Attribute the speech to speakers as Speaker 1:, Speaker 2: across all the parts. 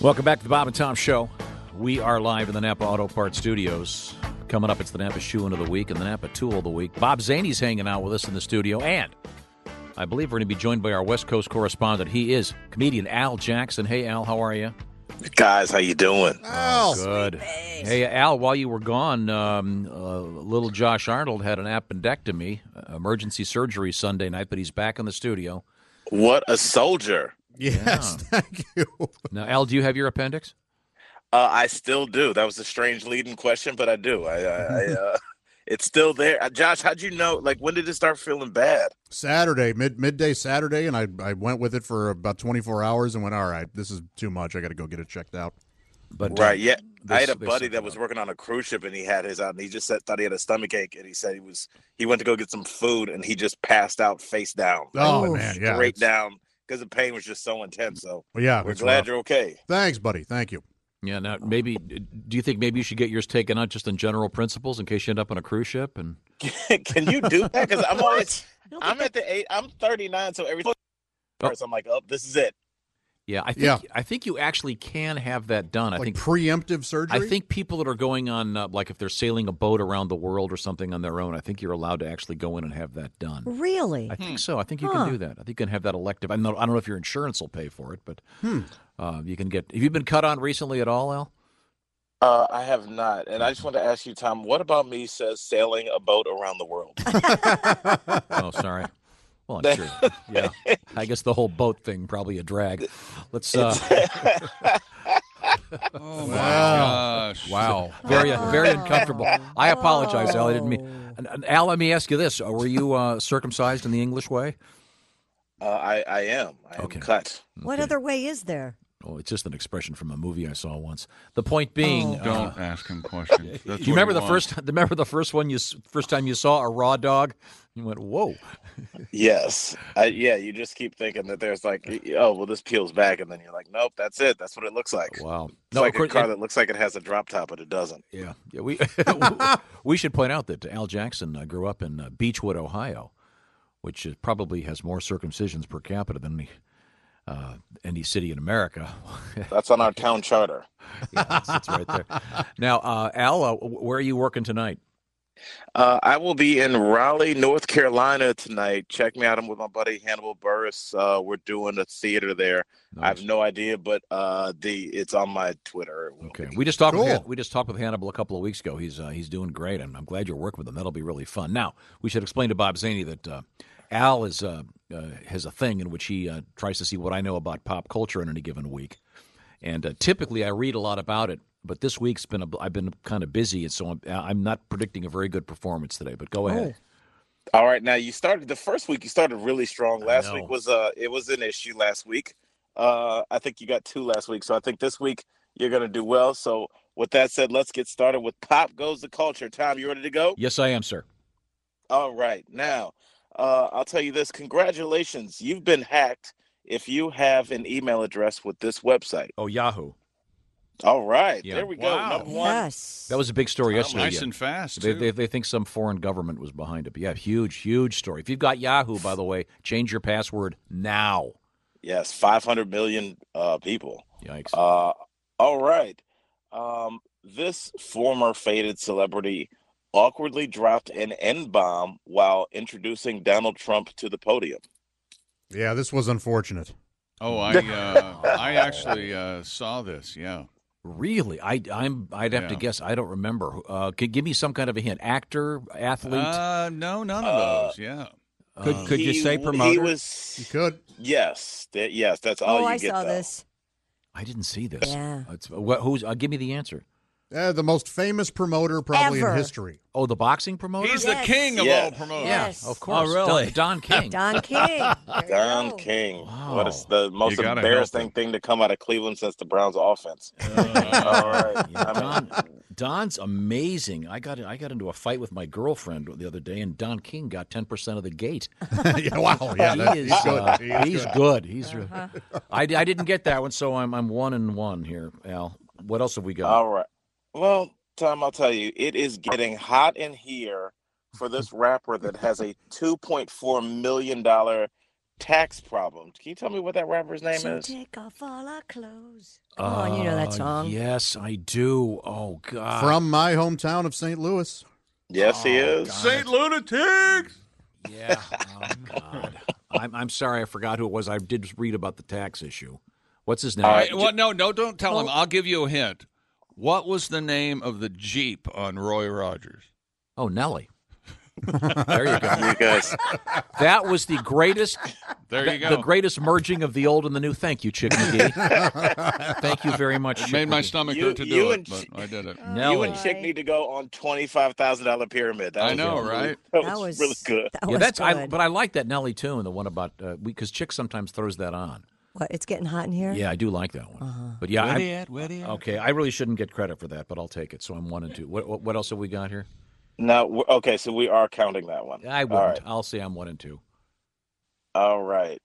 Speaker 1: Welcome back to the Bob and Tom Show. We are live in the Napa Auto Parts Studios. Coming up, it's the Napa Shoe End of the Week and the Napa Tool of the Week. Bob Zaney's hanging out with us in the studio, and I believe we're going to be joined by our West Coast correspondent. He is comedian Al Jackson. Hey, Al, how are you?
Speaker 2: Guys, how you doing?
Speaker 3: Oh,
Speaker 1: Good. Hey, Al, while you were gone, um, uh, little Josh Arnold had an appendectomy, uh, emergency surgery Sunday night, but he's back in the studio.
Speaker 2: What a soldier!
Speaker 3: Yes, thank you.
Speaker 1: Now, Al, do you have your appendix?
Speaker 2: Uh, I still do. That was a strange leading question, but I do. I, I, I uh, it's still there. Uh, Josh, how'd you know? Like, when did it start feeling bad?
Speaker 3: Saturday, mid midday Saturday, and I, I went with it for about 24 hours and went, all right, this is too much. I got to go get it checked out.
Speaker 1: But uh,
Speaker 2: Right. Yeah. I had
Speaker 1: There's-
Speaker 2: a
Speaker 1: there's
Speaker 2: buddy
Speaker 1: something
Speaker 2: that was
Speaker 1: wrong.
Speaker 2: working on a cruise ship, and he had his out, and he just said thought he had a stomach ache, and he said he was he went to go get some food, and he just passed out face down.
Speaker 3: Oh,
Speaker 2: Like,
Speaker 3: man, yeah,
Speaker 2: straight
Speaker 3: it's-
Speaker 2: down because the pain was just so intense. So
Speaker 3: Well, yeah,
Speaker 2: we're
Speaker 3: it's
Speaker 2: glad
Speaker 3: rough.
Speaker 2: you're okay.
Speaker 3: Thanks, buddy. Thank you.
Speaker 1: yeah. Now,
Speaker 3: Oh.
Speaker 1: maybe do you think maybe you should get yours taken out just in general principles in case you end up on a cruise ship? And
Speaker 2: Can you do that? Because I'm always I'm at the eight. I'm 39, so every first I'm like, oh, this is it.
Speaker 1: yeah, I think
Speaker 3: Yeah.
Speaker 1: I think you actually can have that done. I
Speaker 3: like
Speaker 1: think
Speaker 3: preemptive surgery.
Speaker 1: I think people that are going on uh, like if they're sailing a boat around the world or something on their own, I think you're allowed to actually go in and have that done.
Speaker 4: Really?
Speaker 1: I
Speaker 3: Hmm.
Speaker 1: think so. I think you
Speaker 4: Huh.
Speaker 1: can do that. I think you can have that elective. I don't, I don't know if your insurance will pay for it, but
Speaker 3: Hmm.
Speaker 1: uh, you can get. Have you been cut on recently at all, Al?
Speaker 2: Uh, I have not, and I just want to ask you, Tom. What about me? Says sailing a boat around the world. Uh,
Speaker 1: Oh, sorry. Well, I'm sure. Yeah, I guess the whole boat thing probably a drag. Let's. Uh,
Speaker 3: Wow.
Speaker 5: Oh my gosh! Wow.
Speaker 1: very, very uncomfortable. I apologize, Al. I didn't mean.
Speaker 4: Oh.
Speaker 1: And, and Al, let me ask you this: Uh, Were you uh, circumcised in the English way?
Speaker 2: Uh, I I am. I am
Speaker 1: Okay.
Speaker 2: cut.
Speaker 4: Oh. What other way is there?
Speaker 1: Oh, it's just an expression from a movie I saw once. The point being,
Speaker 4: Oh.
Speaker 1: uh,
Speaker 5: Don't ask him questions. That's
Speaker 1: do you remember the first? Remember the first one you s- first time you saw a raw dog? You went, "Whoa!"
Speaker 2: Yes. I, yeah. You just keep thinking that there's like, oh, well, this peels back, and then you're like, nope, that's it. That's what it looks like. It's
Speaker 1: Wow.
Speaker 2: like
Speaker 1: of course-
Speaker 2: a car that looks like it has a drop top, but it doesn't.
Speaker 1: Yeah, yeah. We we should point out that Al Jackson uh, grew up in uh, Beechwood, Ohio, which is, probably has more circumcisions per capita than any, uh, any city in America.
Speaker 2: That's on our town charter.
Speaker 1: yeah, it's, it's right there. Now, uh, Al, uh, wh- where are you working tonight?
Speaker 2: Uh, I will be in Raleigh, North Carolina tonight. Check me out. I'm with my buddy Hannibal Burris. Uh, we're doing a theater there. I have no idea, but uh, the it's on my Twitter. It will
Speaker 1: Okay,
Speaker 2: be.
Speaker 1: we just talked. With, Han-
Speaker 3: Cool.
Speaker 1: we just talked with Hannibal a couple of weeks ago. He's uh, he's doing great, and I'm glad you're working with him. That'll be really fun. Now, we should explain to Bob Zaney that uh, Al is uh, uh, has a thing in which he uh, tries to see what I know about pop culture in any given week, and uh, typically I read a lot about it. But this week's been a, I've been kind of busy, and so I'm, I'm not predicting a very good performance today. But go ahead.
Speaker 2: All right, now you started the first week. You started really strong. Last
Speaker 1: know.
Speaker 2: week was uh, it was an issue last week. Uh, I think you got two last week, so I think this week you're gonna do well. So with that said, let's get started with pop goes the culture. Tom, you ready to go?
Speaker 1: Yes, I am, sir.
Speaker 2: All right, now uh, I'll tell you this. Congratulations, you've been hacked. If you have an email address with this website,
Speaker 1: Oh, Yahoo!
Speaker 2: all right,
Speaker 1: Yeah.
Speaker 2: there we go.
Speaker 5: Wow.
Speaker 2: Number Uh, one.
Speaker 4: Yes.
Speaker 1: That was a big story yesterday.
Speaker 5: Nice
Speaker 1: yeah.
Speaker 5: and fast.
Speaker 1: They,
Speaker 5: too.
Speaker 1: they, they think some foreign government was behind it. But yeah, huge, huge story. If you've got Yahoo, by the way, change your password now.
Speaker 2: Yes, 500 million uh, people.
Speaker 1: Yikes.
Speaker 2: Uh, all right. Um, this former faded celebrity awkwardly dropped an N bomb while introducing Donald Trump to the podium.
Speaker 3: yeah, this was unfortunate.
Speaker 5: Oh, I uh, I actually uh, saw this. Yeah.
Speaker 1: really? I, I'm, I'd have to
Speaker 5: Yeah.
Speaker 1: guess. I don't remember. who- Uh, could, give me some kind of a hint. Actor, athlete?
Speaker 5: Uh, no, none of
Speaker 2: Uh,
Speaker 5: those. Yeah.
Speaker 1: Uh,
Speaker 6: Could, could you
Speaker 2: He-
Speaker 6: say
Speaker 2: He
Speaker 6: promoter?
Speaker 3: You
Speaker 2: was
Speaker 3: could.
Speaker 2: yes, that, yes. That's all
Speaker 4: oh,
Speaker 2: you
Speaker 4: I
Speaker 2: get.
Speaker 4: saw
Speaker 2: though.
Speaker 4: this.
Speaker 1: I didn't see this.
Speaker 4: Yeah.
Speaker 1: It's, what, who's, uh, give me the answer.
Speaker 3: Uh, the most famous promoter probably
Speaker 4: Ever.
Speaker 3: in history.
Speaker 1: Oh, the boxing promoter?
Speaker 5: He's
Speaker 4: Yes.
Speaker 5: the king of
Speaker 2: Yeah.
Speaker 5: all promoters.
Speaker 1: yeah,
Speaker 4: Yes.
Speaker 1: of course.
Speaker 6: Oh, really?
Speaker 1: Don, Don King.
Speaker 4: Don King. There you
Speaker 2: Don
Speaker 4: go.
Speaker 2: King.
Speaker 1: Wow.
Speaker 2: What is the most
Speaker 5: gotta help
Speaker 2: embarrassing
Speaker 5: him.
Speaker 2: thing to come out of Cleveland since the Browns' offense? all right.
Speaker 1: Yeah,
Speaker 2: I
Speaker 1: Don,
Speaker 2: mean,
Speaker 1: Don's amazing. I got I got into a fight with my girlfriend the other day, and Don King got ten percent of the gate.
Speaker 3: yeah, wow. Yeah,
Speaker 1: he
Speaker 3: that-
Speaker 1: is,
Speaker 3: he's good.
Speaker 1: uh,
Speaker 3: He is
Speaker 1: he's
Speaker 3: good.
Speaker 1: good. He's.
Speaker 4: Uh-huh.
Speaker 1: re- I, I didn't get that one, so I'm I'm one and one here, Al. What else have we got?
Speaker 2: All right. Well, Tom, I'll tell you, it is getting hot in here for this rapper that has a $2.4 million tax problems. Can you tell me what that rapper's name
Speaker 4: So
Speaker 2: is?
Speaker 4: take off all our clothes. Come on, you know
Speaker 1: Uh,
Speaker 4: that song.
Speaker 1: Yes, I do. Oh God.
Speaker 3: From my hometown of St. Louis.
Speaker 2: Yes, he
Speaker 1: Oh,
Speaker 2: is.
Speaker 1: God. Saint
Speaker 5: Lunatics.
Speaker 1: yeah. Oh God. I'm I'm sorry. I forgot who it was. I did just read about the tax issue. What's his name?
Speaker 2: All right.
Speaker 5: well, no, no, don't tell him. I'll give you a hint. What was the name of the Jeep on Roy Rogers?
Speaker 1: Oh, Nelly. there you go.
Speaker 2: You guys,
Speaker 1: That was the greatest
Speaker 5: There you go.
Speaker 1: the greatest merging of the old and the new. Thank you, Chick McGee. Thank you very much. Chick
Speaker 5: Made my
Speaker 1: McGee.
Speaker 5: stomach
Speaker 2: You-
Speaker 5: hurt to
Speaker 2: you
Speaker 5: do it,
Speaker 2: and-
Speaker 5: but I did it.
Speaker 2: you
Speaker 1: Nelly.
Speaker 2: and Chick need to go on twenty five thousand dollar pyramid. That
Speaker 5: I
Speaker 2: was
Speaker 5: know,
Speaker 2: really-
Speaker 5: right?
Speaker 2: That,
Speaker 4: That
Speaker 2: was
Speaker 4: was
Speaker 2: really good.
Speaker 4: That
Speaker 1: Yeah,
Speaker 4: was
Speaker 1: that's I,
Speaker 4: good.
Speaker 1: but I like that Nelly tune, the one about uh, we because Chick sometimes throws that on.
Speaker 4: What, it's getting hot in here.
Speaker 1: Yeah, I do like that one. But yeah,
Speaker 5: Where they
Speaker 1: I,
Speaker 5: at? Where
Speaker 2: uh,
Speaker 5: they at?
Speaker 1: okay, I really shouldn't get credit for that, but I'll take it. So I'm one and two. What what, what else have we got here?
Speaker 2: No, we're- okay, so we are counting that one.
Speaker 1: I wouldn't.
Speaker 2: All right.
Speaker 1: I'll say I'm one and two.
Speaker 2: All right.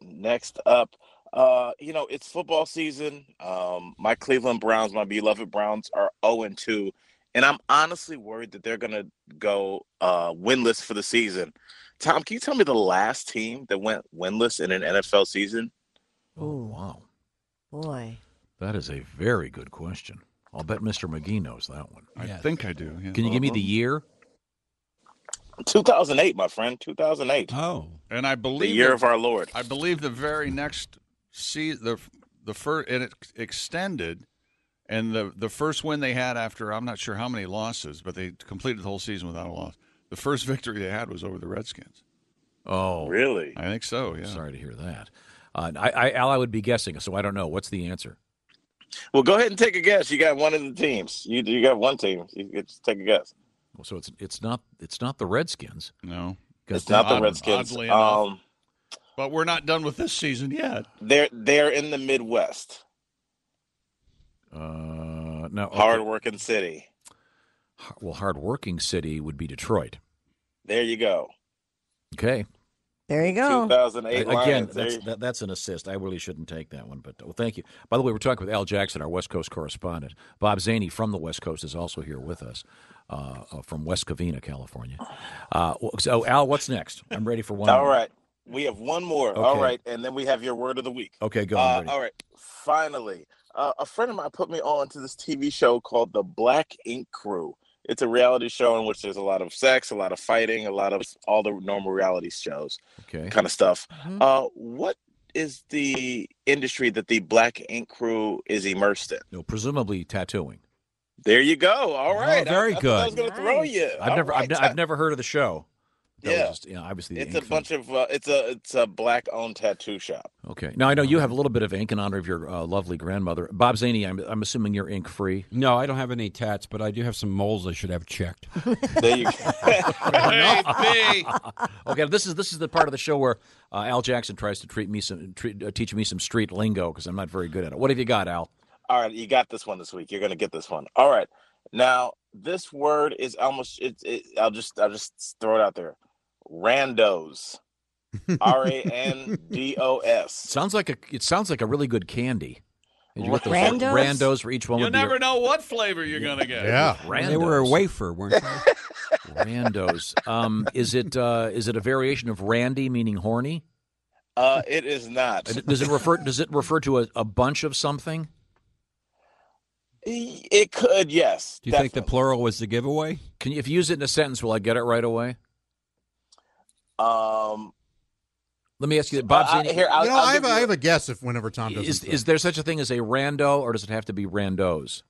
Speaker 2: Next up, uh, you know, it's football season. Um, my Cleveland Browns, my beloved Browns, are 0 and 2. And I'm honestly worried that they're gonna go uh winless for the season. Tom, can you tell me the last team that went winless in an NFL season?
Speaker 1: Oh,
Speaker 4: Ooh.
Speaker 1: wow,
Speaker 4: Boy.
Speaker 1: that is a very good question. I'll bet Mr. McGee knows that one.
Speaker 5: I think I do. yeah.
Speaker 1: Can you give me the year?
Speaker 2: 2008, my friend, 2008.
Speaker 6: Oh,
Speaker 5: And I
Speaker 2: The
Speaker 5: believe
Speaker 2: year
Speaker 5: that-
Speaker 2: of our Lord.
Speaker 5: I believe the very next see the the first and it extended, and the the first win they had after I'm not sure how many losses, but they completed the whole season without a loss. The first victory they had was over the Redskins.
Speaker 1: Oh,
Speaker 2: Really?
Speaker 5: I think so. Yeah.
Speaker 1: sorry to hear that. Uh, I, I Al, I would be guessing, so I don't know. What's the answer?
Speaker 2: Well, go ahead and take a guess. You got one of the teams. You you got one team. You could just take a guess.
Speaker 1: So it's it's not it's not the Redskins
Speaker 5: No.
Speaker 1: because
Speaker 2: It's not the
Speaker 5: odd-
Speaker 2: Redskins.
Speaker 5: oddly enough.
Speaker 2: um,
Speaker 5: But we're not done with this season yet.
Speaker 2: they're they're in the Midwest,
Speaker 1: uh, no okay.
Speaker 2: hardworking city.
Speaker 1: Har- well hardworking city would be Detroit.
Speaker 2: There you go.
Speaker 1: Okay,
Speaker 4: There you go.
Speaker 2: 2008
Speaker 1: A- again,
Speaker 2: Lions. There
Speaker 1: that's
Speaker 2: you-
Speaker 1: that, that's an assist. I really shouldn't take that one, but well, thank you. By the way, we're talking with Al Jackson, our West Coast correspondent. Bob Zaney from the West Coast is also here with us uh, uh, from West Covina, California. Uh, so, Al, what's next? I'm ready for one.
Speaker 2: All
Speaker 1: more.
Speaker 2: right. We have one more. All
Speaker 1: Okay.
Speaker 2: right. And then we have your word of the week.
Speaker 1: Okay, go.
Speaker 2: Uh,
Speaker 1: on.
Speaker 2: all right. Finally, uh, a friend of mine put me on to this TV show called The Black Ink Crew. It's a reality show in which there's a lot of sex, a lot of fighting, a lot of all the normal reality shows
Speaker 1: Okay.
Speaker 2: kind of stuff.
Speaker 4: Mhm.
Speaker 2: Uh, what is the industry that the Black Ink Crew is immersed in?
Speaker 1: No, presumably tattooing.
Speaker 2: There you go. All
Speaker 6: Oh,
Speaker 2: right. I-
Speaker 6: very
Speaker 2: I, thought I was
Speaker 4: good.
Speaker 2: going to throw
Speaker 4: Nice.
Speaker 2: you.
Speaker 1: I've
Speaker 2: All
Speaker 1: never, I've,
Speaker 2: right.
Speaker 1: ne- I've never heard of the show. That was
Speaker 2: Yeah.
Speaker 1: just, you know, obviously, the
Speaker 2: it's a
Speaker 1: ink thing.
Speaker 2: bunch of uh, it's a it's a black owned tattoo shop.
Speaker 1: Okay. Now I know you have a little bit of ink in honor of your uh, lovely grandmother, Bob Zaney. I'm, I'm assuming you're ink free.
Speaker 6: no, I don't have any tats, but I do have some moles I should have checked.
Speaker 2: There you go.
Speaker 5: Hey, B.
Speaker 1: Okay, this is this is the part of the show where uh, Al Jackson tries to treat me some treat, uh, teach me some street lingo because I'm not very good at it. What have you got, Al?
Speaker 2: All right, you got this one this week. You're gonna get this one. All right. Now this word is almost it's it, I'll just I'll just throw it out there. Randos. R A N D O
Speaker 1: It
Speaker 2: S.
Speaker 1: sounds like a it sounds like a really good candy. Did you get those uh,
Speaker 4: Randos?
Speaker 1: randos for each one.
Speaker 5: You'll
Speaker 1: would be
Speaker 5: never know what flavor you're going to get.
Speaker 3: Yeah.
Speaker 1: randos.
Speaker 6: They were a wafer, weren't they?
Speaker 1: randos. Um, is it uh, is it a variation of randy meaning horny?
Speaker 2: Uh it is not.
Speaker 1: Does it refer does it refer to a, a bunch of something?
Speaker 2: E, It could, yes.
Speaker 6: Do you think the
Speaker 2: definitely.
Speaker 6: plural was the giveaway?
Speaker 1: Can you, if you use it in a sentence, will I get it right away?
Speaker 2: um
Speaker 1: Let me ask you, Bob
Speaker 2: uh,
Speaker 1: Zaney,
Speaker 2: here, I'll,
Speaker 3: you know,
Speaker 2: I'll
Speaker 3: I have,
Speaker 2: give
Speaker 3: I
Speaker 2: you-
Speaker 3: have a guess if whenever Tom does
Speaker 1: is is there such a thing as a rando, or does it have to be randos?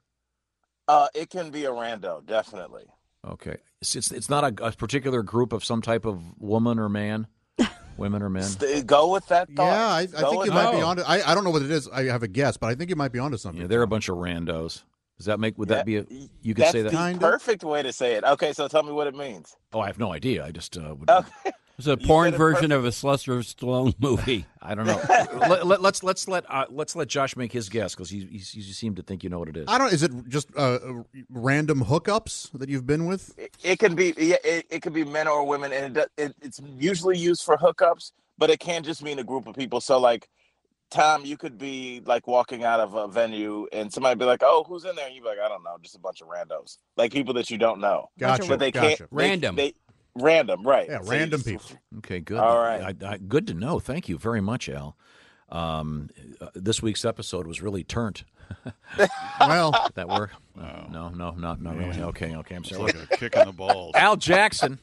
Speaker 2: uh it can be a rando, definitely.
Speaker 1: Okay, it's it's, it's not a, a particular group of some type of woman or man, women or men.
Speaker 2: St- go with that
Speaker 3: Yeah,
Speaker 2: thought.
Speaker 3: I, I
Speaker 2: Go
Speaker 3: think
Speaker 2: with
Speaker 3: you might be
Speaker 1: Oh.
Speaker 3: onto. I, I don't know what it is. I have a guess, but I think you might be onto something.
Speaker 1: Yeah, they're a bunch of randos. Does that make? Would that be a?
Speaker 2: y-
Speaker 1: You could
Speaker 2: that's
Speaker 1: say that.
Speaker 2: the
Speaker 3: Kinda.
Speaker 2: perfect way to say it. Okay, so tell me what it means.
Speaker 1: Oh, I have no idea. I just uh, would,
Speaker 2: Oh.
Speaker 6: It's a
Speaker 2: said
Speaker 6: porn
Speaker 2: it
Speaker 6: version of a Sylvester Stallone movie.
Speaker 1: I don't know. let, let, let's let's let uh, let's let Josh make his guess because he, he you seem to think you know what it is.
Speaker 3: I don't. Is it just uh, random hookups that you've been with?
Speaker 2: It, it can be yeah, it, it could be men or women, and it, do- it it's usually used for hookups, but it can just mean a group of people. So like, Tom, you could be like walking out of a venue, and somebody be like, "Oh, who's in there?" And you be like, "I don't know, just a bunch of randos, like people that you don't know."
Speaker 4: Bunch
Speaker 3: Gotcha.
Speaker 4: of-
Speaker 2: But they
Speaker 3: gotcha.
Speaker 2: can't they-
Speaker 6: Random.
Speaker 2: They, Random, right?
Speaker 3: Yeah,
Speaker 2: So you
Speaker 3: random
Speaker 2: just-
Speaker 3: people.
Speaker 1: Okay, good.
Speaker 2: All right.
Speaker 1: I, I, good to know. Thank you very much, Al. Um, uh, this week's episode was really turnt.
Speaker 3: Well,
Speaker 1: That were
Speaker 2: Oh.
Speaker 1: no, no, not not really. Okay, okay. I'm
Speaker 5: It's
Speaker 1: sorry.
Speaker 5: like a kick in the balls.
Speaker 1: Al Jackson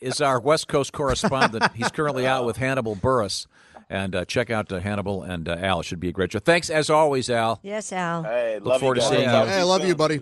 Speaker 1: is our West Coast correspondent. He's currently out with Hannibal Burris, and uh, check out uh, Hannibal and uh, Al. It should be a great show. Thanks as always, Al.
Speaker 4: Yes, Al.
Speaker 2: Hey,
Speaker 1: Look
Speaker 2: love
Speaker 1: forward to
Speaker 2: you guys.
Speaker 1: seeing
Speaker 2: Talk
Speaker 1: you.
Speaker 3: hey, I love
Speaker 2: soon.
Speaker 3: you, buddy.